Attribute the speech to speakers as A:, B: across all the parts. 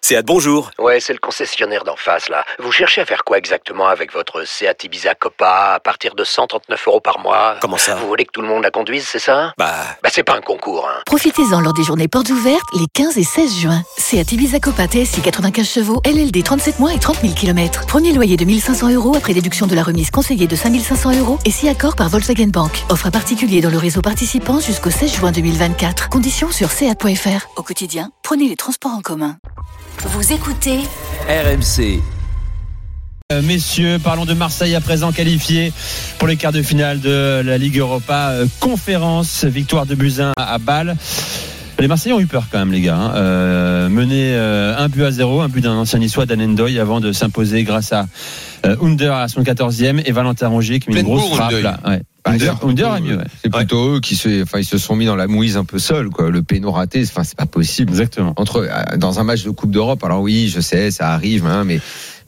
A: Seat, bonjour.
B: Ouais, c'est le concessionnaire d'en face, là. Vous cherchez à faire quoi exactement avec votre Seat Ibiza Copa à partir de 139 euros par mois
A: Comment ça
B: Vous voulez que tout le monde la conduise, c'est ça
A: Bah,
B: Bah, c'est pas un concours, hein.
C: Profitez-en lors des journées portes ouvertes les 15 et 16 juin. Seat Ibiza Copa TSI 95 chevaux, LLD 37 mois et 30 000 km. Premier loyer de 1500 euros après déduction de la remise conseillée de 5500 euros et si accord par Volkswagen Bank. Offre à particulier dans le réseau participant jusqu'au 16 juin 2024. Conditions sur seat.fr. Au quotidien, prenez les transports en commun.
D: Vous écoutez
E: RMC.
F: Euh, Messieurs, parlons de Marseille à présent qualifié pour les quarts de finale de la Ligue Europa euh, conférence. Victoire de Buzyn à Bâle. Les Marseillais ont eu peur quand même, les gars. hein. Euh, mené euh, un but à zéro, un but d'un ancien niçois, Dan N'Doye, avant de s'imposer grâce à euh, Under à son 14e et Valentin Rongier qui met une
G: Pleinement,
F: grosse frappe.
G: Under.
F: Là. Ouais. Under,
G: Under.
F: Under est mieux. ouais.
G: C'est plutôt eux qui se, enfin, ils se sont mis dans la mouise un peu seuls, quoi. Le péno raté, c'est- enfin, c'est pas possible.
F: Exactement.
G: Entre, euh, dans un match de Coupe d'Europe, alors oui, je sais, ça arrive, hein, mais,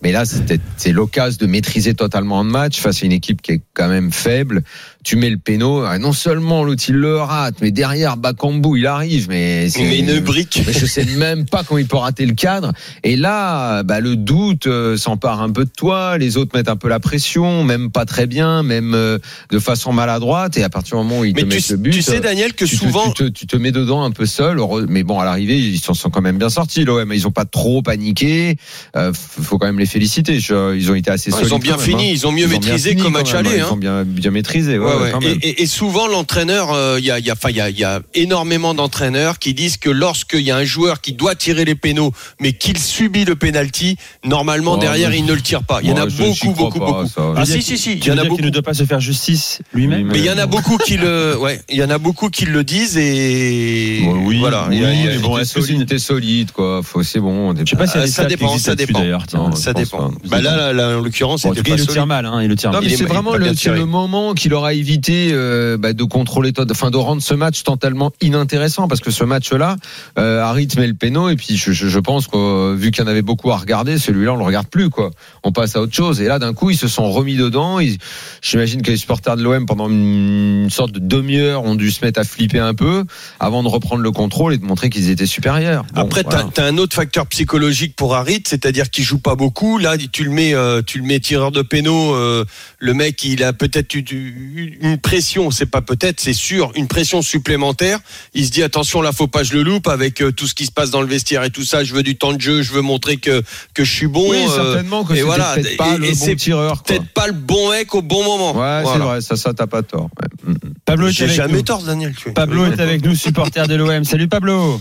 G: mais là, c'était- c'est l'occasion de maîtriser totalement un match face à une équipe qui est quand même faible. Tu mets le péno, ah, non seulement l'autre, il le rate, mais derrière, Bakambu, il arrive, mais c'est.
A: brique.
G: Mais je sais même pas comment il peut rater le cadre. Et là, bah, le doute euh, s'empare un peu de toi. Les autres mettent un peu la pression, même pas très bien, même euh, de façon maladroite. Et à partir du moment où ils
A: Mais
G: te
A: tu,
G: mettent le but,
A: tu sais,
G: euh,
A: Daniel, que
G: tu te-
A: souvent.
G: tu, te, tu te mets dedans un peu seul. Heureux- Mais bon, à l'arrivée, ils s'en sont quand même bien sortis. L'OM, ils ont pas trop paniqué. Euh, f- faut quand même les féliciter. Je- ils ont été assez
A: Non,
G: solides.
A: ils ont bien
G: quand même,
A: fini,
G: hein.
A: ils ont mieux
G: Ils ont bien
A: maîtrisé
G: fini
A: comme
G: quand
A: match
G: même, hein.
A: aller.
G: Ils
A: hein.
G: ont bien, bien maîtrisé. ouais,
A: Ouais,
G: ouais,
A: ouais.
G: quand
A: Et,
G: même.
A: et- et souvent, l'entraîneur, euh, il y a, il y, a, enfin, il y, a, il y a énormément d'entraîneurs qui disent que lorsqu'il y a un joueur qui doit tirer les pénaux, mais qu'il subit le penalty, normalement
G: Oh,
A: derrière,
G: mais-
A: il ne le tire pas. Il y en a
G: Ouais, je- j'y
A: beaucoup,
G: crois
A: beaucoup,
G: pas,
A: beaucoup.
G: ça.
A: Ah
F: Tu
A: si,
F: veux dire
A: si, si, il y
F: Tu veux
A: en a
F: dire qu'il ne
A: beaucoup.
F: doit pas se faire justice lui-même
G: Oui,
A: Mais il y en a beaucoup qui le, ouais, il y en a beaucoup qui le disent et
G: Ouais, oui,
A: voilà.
G: oui,
A: Il y a- il y a-
F: mais
G: t'es
F: bon, est-ce que c'est
G: solide,
F: une-
G: t'es solide, quoi. Faut, c'est bon.
F: Je sais pas si
A: Ah, ça
F: ça
A: dépend,
F: dépend,
A: ça dépend.
F: d'ailleurs. tiens.
G: Non, je
A: ça
G: pense hein.
A: dépend.
G: pas.
A: Bah là, là, là, en l'occurrence,
F: Bon, en tout
A: c'était
F: cas,
A: pas
F: il le
A: solide.
F: tire mal, hein, il le tire
G: Non,
F: mal.
G: mais
A: Il est-
G: c'est
A: il est
G: vraiment
A: pas bien
G: le,
A: tiré.
G: le moment qu'il aura évité euh, bah, de contrôler, tot- enfin de rendre ce match totalement inintéressant parce que ce match-là, euh, Harit met le péno et puis je, je- je pense que vu qu'il y en avait beaucoup à regarder, celui-là on le regarde plus quoi. On passe à autre chose et là d'un coup ils se sont remis dedans. Ils- J'imagine que les supporters de l'OM pendant une sorte de demi-heure ont dû se mettre à flipper un peu avant de reprendre le contrôle et de montrer qu'ils étaient supérieurs. Bon,
A: Après,
G: voilà.
A: t'as as un autre facteur psychologique pour Harit, c'est-à-dire qu'il joue pas beaucoup. Là, tu le mets, euh, tu le mets tireur de pénaux. euh, le mec, il a peut-être eu du- une pression, c'est pas peut-être, c'est sûr, une pression supplémentaire. Il se dit attention, là, faut pas que je le loupe avec euh, tout ce qui se passe dans le vestiaire et tout ça. Je veux du temps de jeu, je veux montrer que que je suis bon.
G: oui,
A: euh,
G: certainement que
A: et
G: c'était
A: voilà,
G: peut-être pas
A: et-
G: le
A: et
G: bon
A: c'est
G: tireur. quoi.
A: peut-être pas le bon mec au bon moment.
G: Ouais, c'est
A: Voilà.
G: vrai, ça, ça t'as pas tort. ouais. Mm, mm.
F: Pablo est
A: J'ai
F: avec
A: jamais
F: nous.
A: tort, Daniel. tu es-
F: Pablo est avec nous, supporter de l'OM. Salut Pablo.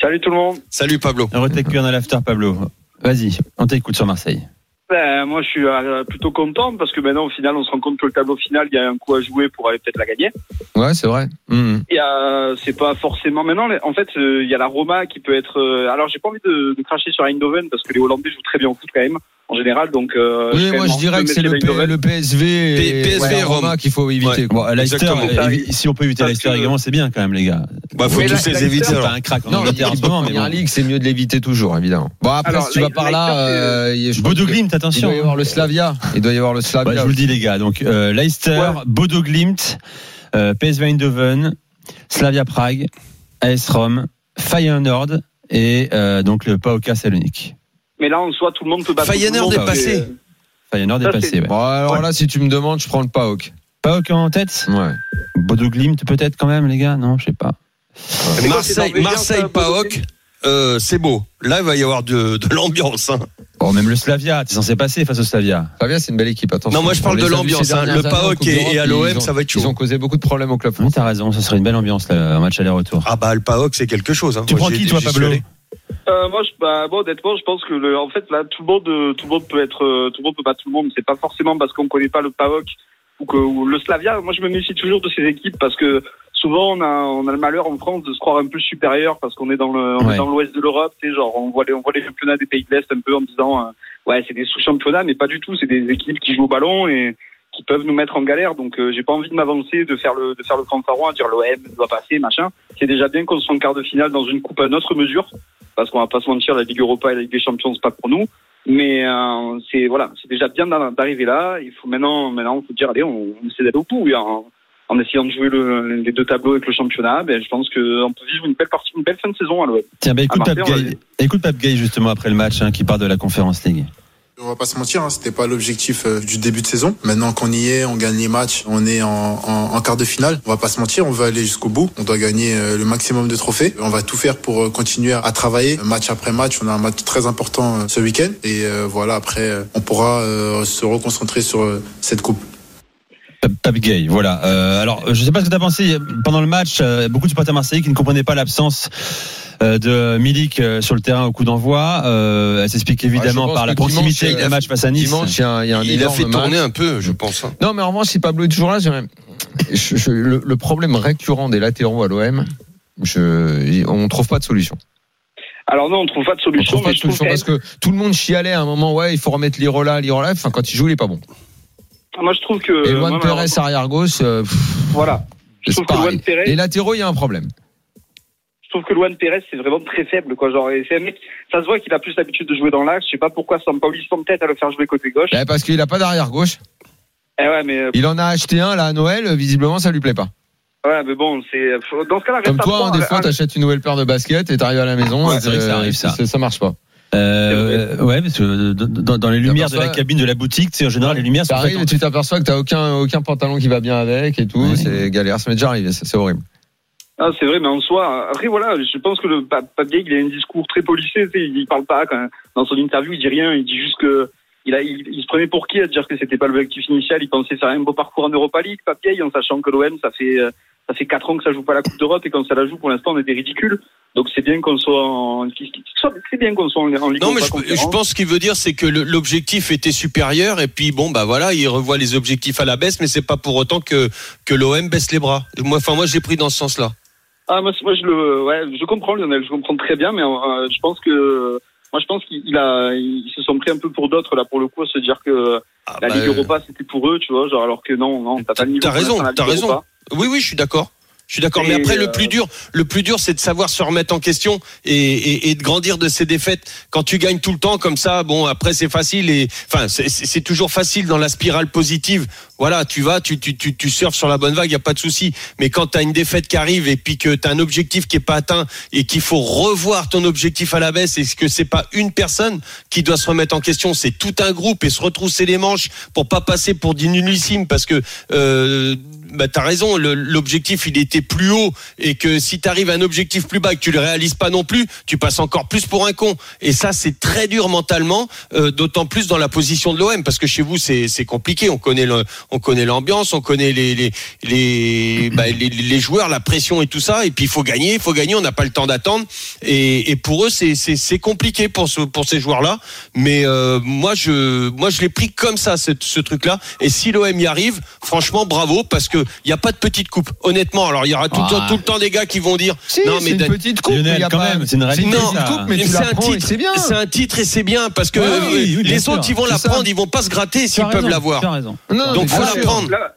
H: Salut tout le monde.
A: Salut Pablo.
F: Retech on a l'after Pablo. Vas-y, on t'écoute sur Marseille.
H: Ben, moi, je suis euh, plutôt content parce que maintenant, au final, on se rend compte que le tableau final, il y a un coup à jouer pour aller peut-être la gagner.
G: Ouais, c'est vrai. Mm.
H: Et euh, c'est pas forcément maintenant. En fait, euh, il y a la Roma qui peut être. euh, alors, j'ai pas envie de, de cracher sur Eindhoven parce que les Hollandais jouent très bien au foot quand même en général. Donc, euh,
G: Oui,
H: suis quand
G: moi
H: même
G: je
H: en
G: dirais
H: feu,
G: que c'est
H: mais
G: le, P-
H: Eindhoven.
G: le PSV
A: P-
G: et
A: PSV
G: ouais,
A: Rome.
G: Roma qu'il faut éviter.
A: Ouais.
G: quoi.
F: Bon, Leicester,
A: Exactement.
F: euh, évi- si on peut éviter
H: Parce
F: Leicester
H: que-
F: également, c'est bien quand même, les gars.
A: Bah, faut
H: Mais
A: tous
H: la-
A: les
H: la-
A: éviter.
F: C'est
A: alors.
F: pas un crack en
G: Non,
F: Angleterre en ce moment, mais
G: Première
F: bon.
G: Ligue, c'est mieux de l'éviter toujours, évidemment. Bon, après,
H: Alors,
G: si tu vas par là,
H: Leicester,
G: euh, il- je pense que-
F: Bodoglimt,
G: il
F: attention.
G: doit y avoir le Slavia. Il doit y avoir le
F: Bah, je
G: Slavia.
F: vous le dis, les gars. Donc, euh, Leicester, Bodoglimt, euh, PSV Eindhoven, Slavia Prague, AS Rome, Feyenoord et euh, donc le PAOK Salonique.
H: Mais là, en soi, tout le monde peut battre. tout le
A: Feyenoord
H: monde,
A: est passé.
H: mais, euh,
F: Feyenoord est
H: Ça,
F: passé,
H: c'est-
F: ouais.
G: Bon, alors
H: Ouais.
G: là, si tu me demandes, je prends le PAOK.
F: PAOK en tête
G: Ouais.
F: Bodoglimt peut-être quand même, les gars Non, je sais pas.
H: Mais quoi,
A: Marseille,
H: c'est norvégien,
A: Marseille,
H: ça,
A: Paok, euh, c'est beau. Là, il va y avoir de, de l'ambiance. hein.
F: Bon, même le Slavia, t'es censé passer face au Slavia.
G: Slavia, c'est une belle équipe. Attention.
A: Non, moi, je parle
G: On les
A: de
G: a vus
A: l'ambiance,
G: ces
A: hein.
G: dernières
A: Le
G: années en
A: PAOK
G: Coupe
A: et-
G: d'Europe,
A: et à
G: ils
A: l'OM,
G: ont-
A: ça va être chaud.
G: Ils ont causé beaucoup de problèmes au club
F: Oui, Ah, t'as raison, ça serait une belle ambiance, là, un match aller-retour.
A: Ah bah, le Paok, c'est quelque chose. hein.
F: Tu
A: Moi,
F: prends
A: j'y
F: qui,
A: étais-
F: toi,
A: j'y suis
F: Pablo
A: allé.
H: Euh, moi, je, bah, moi, honnêtement, je pense que le, en fait, là, tout le monde, euh, tout le monde peut être, euh, tout le monde peut battre tout le monde. C'est pas forcément parce qu'on connaît pas le PAOK ou que ou le Slavia. Moi, je me méfie toujours de ces équipes parce que souvent, on a, on a le malheur en France de se croire un peu supérieur parce qu'on est dans le, on
F: Ouais.
H: est dans l'Ouest de l'Europe. Tu sais, genre, on voit les, on voit les championnats des pays de l'Est un peu en disant, euh, ouais, c'est des sous-championnats, mais pas du tout. C'est des équipes qui jouent au ballon et qui peuvent nous mettre en galère. Donc, euh, j'ai pas envie de m'avancer, de faire le, de faire le fanfaron, à dire l'OM doit passer, machin. C'est déjà bien qu'on soit en quart de finale dans une coupe à notre mesure parce qu'on va pas se mentir, la Ligue Europa et la Ligue des Champions, c'est pas pour nous. Mais euh, c'est voilà, c'est déjà bien d'ar- d'arriver là. Il faut maintenant, maintenant, faut dire allez, on, on essaie d'aller au bout. Il y a un- en essayant de jouer le- les deux tableaux avec le championnat, ben, je pense qu'on peut vivre une belle partie, une belle fin de saison à l'OM.
F: Tiens, bah, écoute,
H: Ah, Marseille,
F: Pape
H: on l'a
F: Gay, écoute Pape Gay, justement après le match hein, qui part de la Conférence League.
E: On va pas se mentir, hein, c'était pas l'objectif euh, du début de saison. Maintenant qu'on y est, on gagne les matchs, on est en, en- en quart de finale. On va pas se mentir, on va aller jusqu'au bout. On doit gagner euh, le maximum de trophées. On va tout faire pour euh, continuer à travailler euh, match après match. On a un match très important euh, ce week-end et euh, voilà après euh, on pourra euh, se reconcentrer sur euh, cette coupe.
F: Pape- Pape Gay, voilà. Euh, alors, je sais pas ce que tu as pensé pendant le match. euh, beaucoup de supporters marseillais qui ne comprenaient pas l'absence euh, de Milik euh, sur le terrain au coup d'envoi. Euh, elle s'explique évidemment
G: je pense
F: par la
G: que dimanche,
F: proximité avec
G: euh,
F: le match face à Nice.
G: Dimanche, il y a, un- il y a un
A: Il a
G: énorme
A: fait
G: match.
A: tourner un peu, je pense. hein.
G: Non, mais en revanche, si Pablo est toujours là, j'aimerais- je- je- le, le problème récurrent des latéraux à l'OM, je, on trouve pas de solution.
H: Alors non, on trouve pas de
G: On
H: solution.
G: trouve
H: Moi,
G: pas de
H: je trouve
G: solution
H: quand même-
G: parce que tout le monde chialait à un moment, ouais, il faut remettre Lirola, Lirola. Enfin, quand il joue, il est pas bon.
H: moi, je trouve que
G: Et
H: moi,
G: Juan
H: malheureusement,
G: Perez, arrière gauche, euh,
H: voilà.
G: c'est
H: Je trouve que
G: pareil.
H: Juan Perez-
G: Les latéraux, il y a un problème.
H: je trouve que Luan Pérez c'est vraiment très faible quoi genre et c'est un mec ça se voit qu'il a plus l'habitude de jouer dans l'axe je sais pas pourquoi Sampaoli s'entête à le faire jouer côté gauche
G: Eh, parce qu'il a pas d'arrière gauche.
H: eh ouais mais euh,
G: Il en a acheté un là à Noël. euh, Visiblement, ça lui plaît pas.
H: ouais mais bon c'est dans ce cas-là reste
G: Comme
H: à
G: toi, hein,
H: voir.
G: des fois,
H: Ah,
G: t'achètes une nouvelle paire de baskets et t'arrives à la maison.
F: Ouais,
G: et
F: c'est vrai que ça
G: euh,
F: arrive, ça.
G: Ça marche pas.
F: Euh, ouais, parce que dans, dans les lumières de la
G: T'aperçois-
F: cabine de la boutique, tu sais, en général, les lumières sont faites
G: T'arrives
F: en-
G: et tu t'aperçois que t'as aucun aucun pantalon qui va bien avec et tout.
F: Ouais.
G: C'est galère. Ça m'est déjà arrivé. ça, C'est horrible.
H: Ah, c'est vrai, mais en soi, après voilà, je pense que le Pa- Pape Gay, il a un discours très policé, tu sais, il parle pas quand, dans son interview, il dit rien, il dit juste que il, a, il, il se prenait pour qui à dire que c'était pas l'objectif initial, il pensait faire un beau parcours en Europa League, Pape Gay, en sachant que l'OM ça fait euh, ça fait quatre ans que ça joue pas la Coupe d'Europe et quand ça la joue pour l'instant on était ridicule. Donc c'est bien qu'on soit en c'est bien qu'on soit en, en Ligue
A: Non, mais
H: Europa
A: je,
H: Conférence.
A: je pense qu'il veut dire c'est que le- l'objectif était supérieur et puis bon bah voilà, il revoit les objectifs à la baisse, mais c'est pas pour autant que que l'OM baisse les bras. Moi, enfin moi, j'ai pris dans ce sens-là.
H: Ah moi, c'est- moi je le ouais je comprends Lionel je comprends très bien mais euh, je pense que moi je pense qu'il a ils se sont pris un peu pour d'autres là pour le coup à se dire que
A: Ah,
H: la
A: bah,
H: Ligue Europa c'était pour eux tu vois genre alors que non non euh, t'as pas le niveau
A: T'as
H: pour
A: raison,
H: l'instant, la
A: t'as
H: Ligue
A: raison.
H: Europa.
A: Oui, oui, je suis d'accord. Je suis d'accord. Mais
H: Et,
A: après,
H: euh,
A: le plus dur, le plus dur, c'est de savoir se remettre en question et, et, et de grandir de ses défaites. Quand tu gagnes tout le temps comme ça, bon, après c'est facile et enfin c'est- c'est c'est toujours facile dans la spirale positive. Voilà, tu vas, tu tu tu, tu surfes sur la bonne vague, y a pas de souci. Mais quand t'as une défaite qui arrive et puis que t'as un objectif qui est pas atteint et qu'il faut revoir ton objectif à la baisse et que c'est pas une personne qui doit se remettre en question, c'est tout un groupe et se retrousser les manches pour pas passer pour des nullissimes parce que euh, bah t'as raison, le- l'objectif il était plus haut et que si t'arrives à un objectif plus bas et que tu le réalises pas non plus, tu passes encore plus pour un con. Et ça c'est très dur mentalement, euh, d'autant plus dans la position de l'OM parce que chez vous c'est c'est compliqué. On connaît le, on connaît l'ambiance, on connaît les les les, bah, les les joueurs, la pression et tout ça. Et puis il faut gagner, il faut gagner. On n'a pas le temps d'attendre. Et, et pour eux c'est c'est c'est compliqué pour ce, pour ces joueurs là. Mais euh, moi je moi je l'ai pris comme ça ce, truc là. Et si l'OM y arrive, franchement bravo parce que il y a pas de petite coupe. Honnêtement, alors il y aura tout, le temps-
G: Ah.
A: tout le temps des gars qui vont dire
G: Si,
A: Non,
G: c'est
A: mais
G: une
A: Dan-
G: petite coupe.
F: Lionel,
G: mais il y a
F: quand
G: pas-
F: même, c'est une
G: C'est une
F: réalité,
G: petite
F: ça.
G: coupe, mais
A: Mais
G: tu
A: c'est
G: la
A: un
G: prends et
A: titre,
G: c'est bien.
A: c'est un titre et c'est bien parce que
F: Ouais,
A: euh,
F: oui, oui, bien
A: les
F: sûr,
A: autres ils vont
G: c'est
A: la
G: ça.
A: prendre, ils vont pas se gratter
F: Tu as
A: s'ils
F: raison,
A: peuvent l'avoir.
F: tu as raison.
G: Non,
A: Donc
G: mais
A: faut
G: bien
A: la
G: sûr.
A: prendre.
H: Ah, Là- là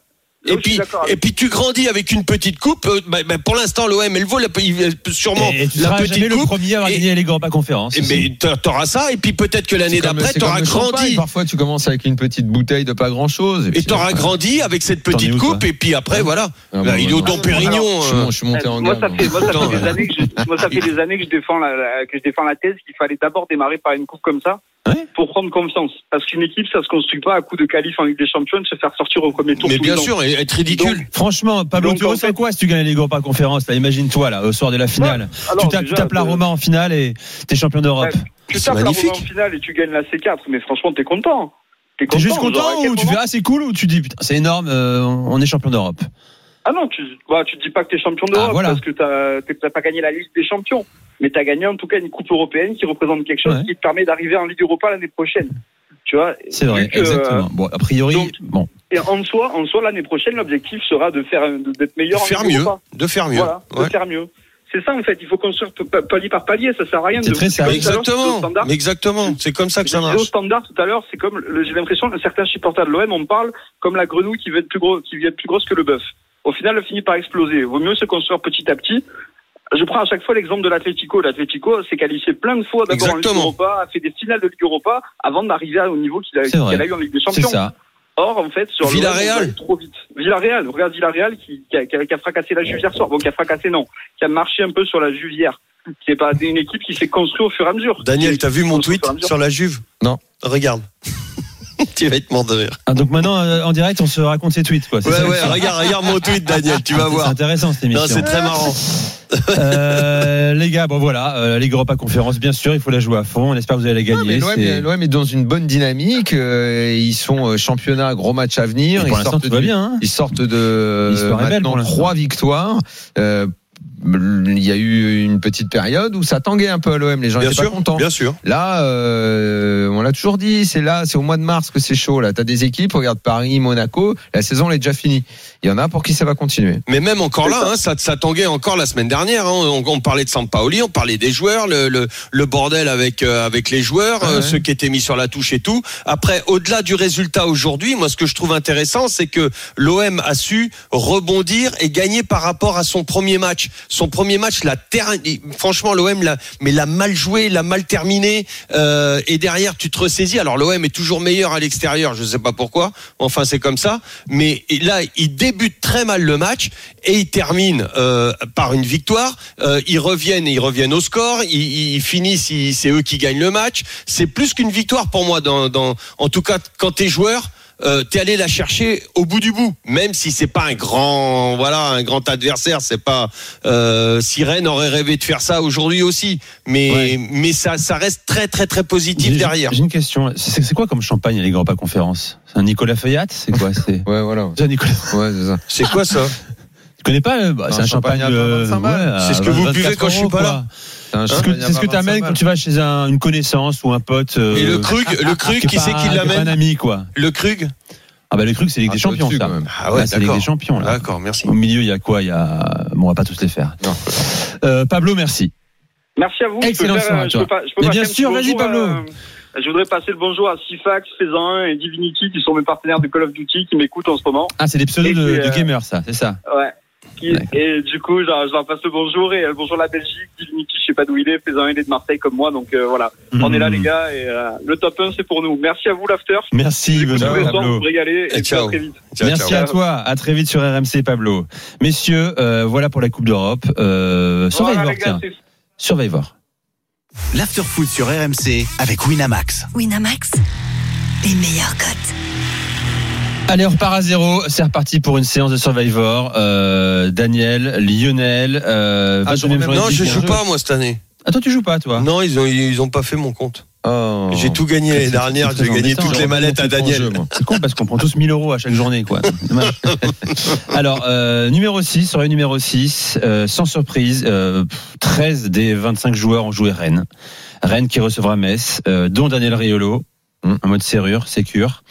A: Et
H: où je suis
A: puis,
H: d'accord avec
A: et puis tu grandis avec une petite coupe. euh, bah, bah, pour l'instant, l'OM, elle vaut la, il- sûrement
F: Et tu
A: la
F: seras jamais
A: petite
F: le
A: coupe.
F: premier à avoir
A: et-
F: gagné les Europa Conférence.
A: Et Mais t'a- t'auras ça, et puis peut-être que l'année
G: C'est comme-
A: d'après,
G: c'est comme
A: t'auras
G: le champagne.
A: grandi.
G: Parfois, tu commences avec une petite bouteille de pas grand Bah, chose.
A: Et euh, t'auras grandi avec cette
F: T'en es
A: petite
F: où, toi
A: coupe, et puis après, voilà. Là, il est au Don
H: Alors,
A: Pérignon.
G: Je
A: euh,
G: suis- je suis monté en
H: moi,
G: gamme.
H: ça fait, moi, ça
A: Attends,
H: fait des
A: euh.
H: années que je, moi, ça fait des années que je défends la, la- que je défends la thèse qu'il fallait d'abord démarrer par une coupe comme ça
F: Ouais.
H: pour prendre confiance. Parce qu'une équipe, ça se construit pas à coup de qualif en Ligue des Champions, de se faire sortir au premier tour.
A: mais
H: tous
A: bien
H: les ans.
A: sûr, et être ridicule.
F: Franchement, Pablo,
H: Donc,
F: tu
H: en
F: ressens
H: fait-
F: quoi si tu gagnes les Europa Conférence là Imagine-toi là, au soir de la finale,
H: Alors,
F: tu, tapes, tu
H: déjà,
F: tapes la
H: euh,
F: Roma en finale et t'es champion d'Europe.
H: Ouais. Tu
A: C'est
H: tapes la
A: magnifique.
H: Roma en finale et tu gagnes la C4, mais franchement, t'es content. T'es
F: T'es juste
H: genre, à
F: content
H: quel
F: ou tu
H: moment-
F: fais ah c'est cool ou tu dis putain c'est énorme, euh, on est champion d'Europe.
H: Ah non, tu, bah, tu te dis pas que t'es champion d'Europe
F: Ah, voilà.
H: parce que t'as t'es- t'as pas gagné la Ligue des Champions. Mais t'as gagné en tout cas une Coupe européenne qui représente quelque chose
F: Ouais.
H: qui te permet d'arriver en Ligue Europa l'année prochaine. Tu vois
F: C'est vrai,
H: vu que,
F: exactement. Bon, a priori,
H: euh, donc-
F: bon.
H: Et en soi, en soi, l'année prochaine, l'objectif sera de faire un- de- d'être meilleur, en
A: faire
H: Ligue
A: mieux.
H: Europa.
A: De faire mieux.
H: Voilà,
A: Ouais.
H: de faire mieux. C'est ça en fait. Il faut construire p- p- palier par palier. Ça sert à rien.
F: C'est
H: de-
F: très
H: comme
F: sérieux.
H: tout à l'heure, c'était au
A: Exactement.
H: Bah, standard.
A: Mais exactement. C'est comme ça que ça
H: J'étais
A: marche.
H: au standard tout à l'heure, c'est comme le- j'ai l'impression que certains supporters de l'OM on parle comme la grenouille qui veut être plus gros, qui veut être plus grosse que le bœuf. Au final, elle finit par exploser. Vaut mieux se construire petit à petit. Je prends à chaque fois l'exemple de l'Atlético. L'Atlético s'est qualifié plein de fois d'abord en Ligue
A: Exactement.
H: Europa, a fait des finales de Ligue Europa avant d'arriver au niveau qu'il a,
F: C'est vrai.
H: qu'elle a eu en Ligue des
F: C'est
H: Champions.
F: ça.
H: Or, en fait, sur le-
A: Villarreal.
H: on va trop vite. Villarreal, regarde Villarreal qui, qui, a, qui a- qui a fracassé la Juve hier soir. Bon, qui a fracassé, non, qui a marché un peu sur la Juve hier. C'est pas c'est une équipe qui s'est construite au fur et à mesure.
A: Daniel,
H: Qui-
A: t'as vu mon
H: au fur et
A: tweet
H: à mesure.
A: sur la Juve
G: Non.
A: Regarde. tu vas être mort de rire.
F: Ah, donc maintenant, euh, en direct, on se raconte ses tweets. Quoi. C'est
A: Ouais,
F: ça,
A: ouais,
F: c'est-
A: regarde, regarde mon tweet, Daniel, tu vas
F: c'est
A: voir.
F: intéressant cette émission.
A: Non, c'est très marrant.
F: Euh, les gars, bon voilà, euh, la Ligue Europa Conférence, bien sûr, il faut la jouer à fond. On espère que vous allez la
G: Non, mais
F: gagner.
G: L'OM
F: c'est-
G: est- L'OM est dans une bonne dynamique. euh, ils sont euh, championnat, gros match à venir.
F: Pour
G: ils
F: l'instant,
G: sortent
F: tout va
G: du-
F: bien. hein.
G: Ils sortent de euh,
F: L'histoire est belle
G: maintenant
F: pour l'instant.
G: trois victoires. Euh, il y a eu une petite période où ça tanguait un peu à l'OM. Les gens
A: Bien
G: n'étaient pas
A: sûr,
G: contents.
A: bien sûr.
G: Là, euh, on l'a toujours dit, c'est là, c'est au mois de mars que c'est chaud. Là, t'as des équipes, regarde Paris, Monaco, la saison elle est déjà finie. Il y en a pour qui ça va continuer.
A: Mais même encore
H: C'est
A: là,
H: ça.
A: hein, ça, ça tanguait encore la semaine dernière. hein. On, on parlait de Sampaoli, on parlait des joueurs, le, le, le bordel avec euh, avec les joueurs,
G: Ah
A: euh,
G: ouais.
A: ceux qui étaient mis sur la touche et tout. Après, au-delà du résultat aujourd'hui, moi, ce que je trouve intéressant, c'est que l'OM a su rebondir et gagner par rapport à son premier match. Son premier match, la terre, franchement, l'OM l'a, mais l'a mal joué, l'a mal terminé. Euh, et derrière, tu te ressaisis. Alors, l'OM est toujours meilleur à l'extérieur. Je sais pas pourquoi. Enfin, c'est comme ça. Mais là, il débute très mal le match et il termine euh, par une victoire. Euh, ils reviennent, ils reviennent au score. Ils, ils- ils finissent. ils- c'est eux qui gagnent le match. C'est plus qu'une victoire pour moi. Dans, dans- en tout cas, quand t'es joueur. Euh, t'es allé la chercher au bout du bout, même si c'est pas un grand, voilà, un grand adversaire. C'est pas euh, si Rennes aurait rêvé de faire ça aujourd'hui aussi, mais
F: Ouais.
A: mais ça, ça reste très très très
F: J'ai-
A: positif
F: j'ai-
A: derrière.
F: J'ai une question. C'est c'est quoi comme champagne, la Ligue Europa Conférence C'est un Nicolas Feuillatte C'est quoi C'est
G: Ouais, voilà.
F: C'est un Nicolas.
G: Ouais, c'est ça.
A: C'est quoi ça
F: Tu connais pas euh, bah,
G: Un
F: C'est un
G: champagne
F: champagne.
G: à
F: euh,
G: 25 balles.
F: ouais,
A: C'est ce
F: à
A: que vous
F: 24
A: buvez quand je suis
F: euros,
A: pas
F: quoi.
A: là.
G: C'est un
F: C'est ce que-
G: championnat
F: c'est ce que
G: à 25
F: t'amènes quand
G: balles.
F: tu vas chez un- une connaissance ou un pote. euh,
A: Et le Krug, le Krug,
F: est
A: qui c'est
F: pas-
A: qui
F: est pas Un
A: l'amène
F: ami, quoi.
A: Le Krug
F: Ah bah le truc c'est Ligue
G: Un
F: des
G: peu
F: Champions
G: au-dessus,
F: ça.
G: quand même.
A: Ah ouais,
F: Là, c'est Ligue
A: d'accord. Ah.
F: des Champions là.
A: D'accord, merci.
F: Au milieu il y a quoi Il y a bon on va pas tous les faire.
G: Non.
F: Euh, Pablo merci.
H: Merci à vous.
F: Excellent
H: je peux
F: soir
H: faire,
F: à
H: euh, je
F: toi.
H: peux pas, je peux
F: Mais
H: pas
F: bien
H: faire un
F: sûr,
H: petit
F: vas-y,
H: bonjour
F: Pablo.
H: à- je voudrais passer le bonjour à Sifax, Faisan et Divinity qui sont mes partenaires de Call of Duty qui m'écoutent en ce moment.
F: Ah c'est des pseudos
H: Et
F: de,
H: puis,
F: de
H: euh,
F: gamers ça c'est ça.
H: Ouais. Qui-
F: D'accord.
H: et du coup, je, leur- je leur passe le bonjour et euh, bonjour la Belgique, Divinity, je sais pas d'où il est, Faisan il est de Marseille comme moi, donc euh, voilà.
F: Mmh.
H: On est là les gars et euh, le top 1 c'est pour nous. Merci à vous l'after.
F: Hmm. Merci
H: Vous
F: bonjour,
H: écoutez le soir, vous
F: Pablo.
H: vous régalez et,
A: Et
H: puis à
A: ciao.
H: très vite.
A: Ciao,
F: Merci
A: ciao.
F: à toi, à très vite sur RMC Pablo. Messieurs, euh, voilà pour la Coupe d'Europe. Euh, Survivor,
H: Voilà, les gars,
F: tiens.
H: c'est
F: Survivor.
I: L'afterfoot sur RMC avec Winamax.
D: Winamax, les meilleurs cotes.
F: Allez, on repart à zéro. C'est reparti pour une séance de Survivor. Euh, Daniel, Lionel, euh,
G: Ah,
F: va
G: je
F: jouer même
G: remets-
F: journée
A: Non,
F: de
A: je
F: Ligue,
A: joue
F: hein.
A: pas moi cette année.
F: Ah, toi, tu joues pas, toi
A: Non, ils ont ils ont pas fait mon compte.
G: Oh.
A: J'ai tout gagné
F: C'est-
A: l'année
F: c'est
A: dernière.
F: très
A: J'ai gagné
F: embêtant,
A: toutes
F: hein.
A: les mallettes à
G: Mon jeu,
A: Daniel.
G: moi.
F: C'est con parce qu'on prend tous 1000 euros à chaque journée, quoi. Dommage. Alors, euh, numéro 6, sur le numéro 6, euh, sans surprise, euh, pff, 13 des 25 joueurs ont joué Rennes. Rennes qui recevra Metz, euh, dont Daniel Riolo, hein, en mode serrure, sécure.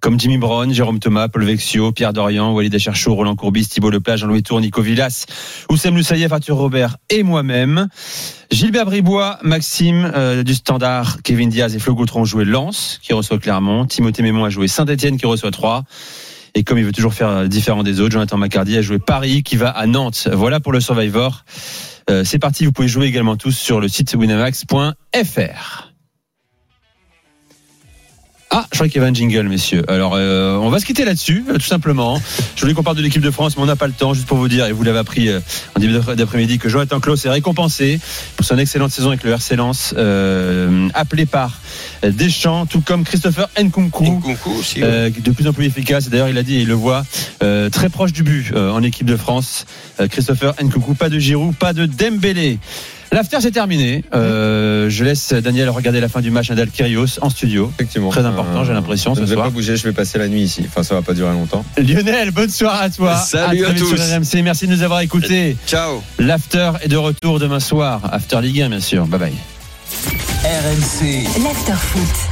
F: Comme Jimmy Brown, Jérôme Thomas, Paul Vexio, Pierre Dorian, Walid Acherchou, Roland Courbis, Thibault Leplage, Jean-Louis Tour, Nico Villas, Oussem Loussaïef, Arthur Robert et moi-même. Gilbert Bribois, Maxime euh, du Standard, Kevin Diaz et Flo Gautron ont joué Lens, qui reçoit Clermont. Timothée Mémon a joué Saint-Etienne, qui reçoit Troyes. Et comme il veut toujours faire euh, différent des autres, Jonathan Macardy a joué Paris, qui va à Nantes. Voilà pour le Survivor. Euh, C'est parti, vous pouvez jouer également tous sur le site winamax.fr. Ah, je crois qu'il y avait un jingle, messieurs. Alors, euh, on va se quitter là-dessus, euh, tout simplement. Je voulais qu'on parle de l'équipe de France, mais on n'a pas le temps, juste pour vous dire, et vous l'avez appris euh, en début d'après- d'après-midi, que Jonathan Klaus est récompensé pour son excellente saison avec le RC Lens, euh, appelé par euh, Deschamps, tout comme Christopher Nkunku.
A: Nkunku aussi. ouais.
F: Euh, de plus en plus efficace. Et D'ailleurs, il a dit et il le voit euh, très proche du but euh, en équipe de France. Euh, Christopher Nkunku, pas de Giroud, pas de Dembélé. L'after c'est terminé. Euh, je laisse Daniel regarder la fin du match Nadal Kyrgios en studio.
G: Effectivement.
A: euh,
F: Très important, j'ai l'impression,
G: Euh, Je
F: ce
G: ne vais
F: soir.
G: pas bouger, je vais passer la nuit ici. Enfin, ça va pas durer longtemps.
F: Lionel, bonne soirée à toi.
A: Salut
F: très
A: à
F: vite
A: tous.
F: sur RMC. Merci de nous avoir écoutés.
A: Ciao.
F: L'after est de retour demain soir. After Ligue 1, bien sûr. Bye bye.
I: RMC.
D: L'after foot.